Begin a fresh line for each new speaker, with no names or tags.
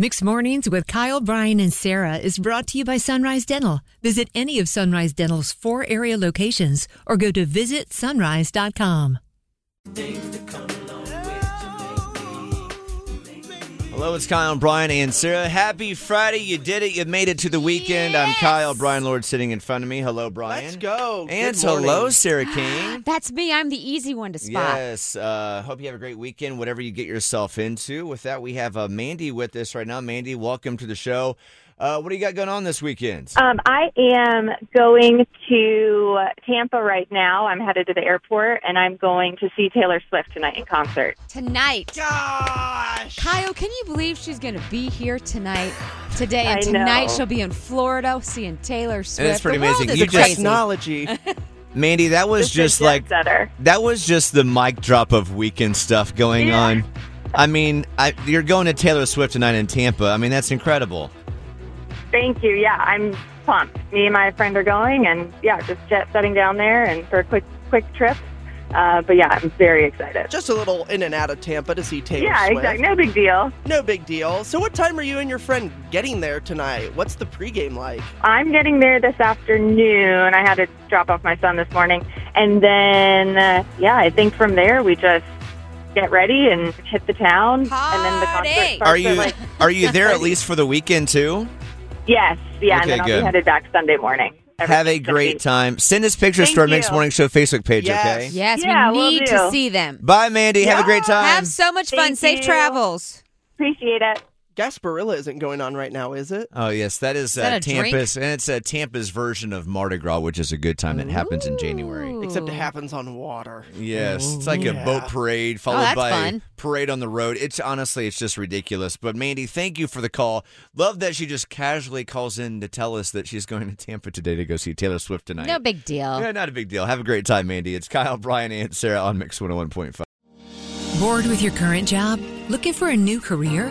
Mixed Mornings with Kyle, Brian, and Sarah is brought to you by Sunrise Dental. Visit any of Sunrise Dental's four area locations or go to visitsunrise.com.
Hello, it's Kyle and Brian and Sarah. Happy Friday. You did it. You made it to the weekend. I'm Kyle. Brian Lord sitting in front of me. Hello, Brian.
Let's go.
And
Good
hello,
morning.
Sarah King.
That's me. I'm the easy one to spot.
Yes. Uh, hope you have a great weekend, whatever you get yourself into. With that, we have uh, Mandy with us right now. Mandy, welcome to the show. Uh, what do you got going on this weekend?
Um, I am going to Tampa right now. I'm headed to the airport, and I'm going to see Taylor Swift tonight in concert.
Tonight.
Gosh.
Kyle, can you believe she's going to be here tonight, today, and
I
tonight
know.
she'll be in Florida seeing Taylor Swift.
pretty
the world
amazing.
is
You just-
crazy.
Technology.
Mandy, that was
This is uh,
just like
Setter.
That was just the mic drop of weekend stuff going
Yeah.
on. I mean, I, you're going to Taylor Swift tonight in Tampa. I mean, that's incredible.
Thank you. Yeah, I'm pumped. Me and my friend are going, and yeah, just jet setting down there and for a quick quick trip. Uh, but yeah, I'm very excited.
Just a little in and out of Tampa to see Taylor
Yeah,
Swift.
exactly. No big deal.
No big deal. So, what time are you and your friend getting there tonight? What's the pregame like?
I'm getting there this afternoon. I had to drop off my son this morning, and then uh, yeah, I think from there we just get ready and hit the town, and then the
Party.
concert starts
Are
at,
you
like
are you there at least for the weekend too?
Yes, yeah,
Okay,
and then I'll
good.
be headed back Sunday morning.
Have a
Everything's gonna
great
be-
time. Send us pictures to our
Thank
Mixed
you.
Morning Show Facebook page,
Yes.
okay?
Yes,
Yeah,
we
will
need to
do.
see them.
Bye, Mandy. Have a great time.
Have so much fun.
Thank
Safe
you.
travels.
Appreciate it.
Gasparilla isn't going on right now, is it?
Oh yes, that is,
that
uh,
a drink?
Tampa's, and it's uh, Tampa's version of Mardi Gras, which is a good time that happens in January.
Ooh.
Except it happens on water.
Yes, it's like a
Yeah.
boat parade followed
Oh, that's
by
fun.
parade on the road. It's honestly, it's just ridiculous. But Mandy, thank you for the call. Love that she just casually calls in to tell us that she's going to Tampa today to go see Taylor Swift tonight.
No big deal.
Yeah, not a big deal. Have a great time, Mandy. It's Kyle, Brian, and Sarah on Mix 101.5.
Bored with your current job? Looking for a new career?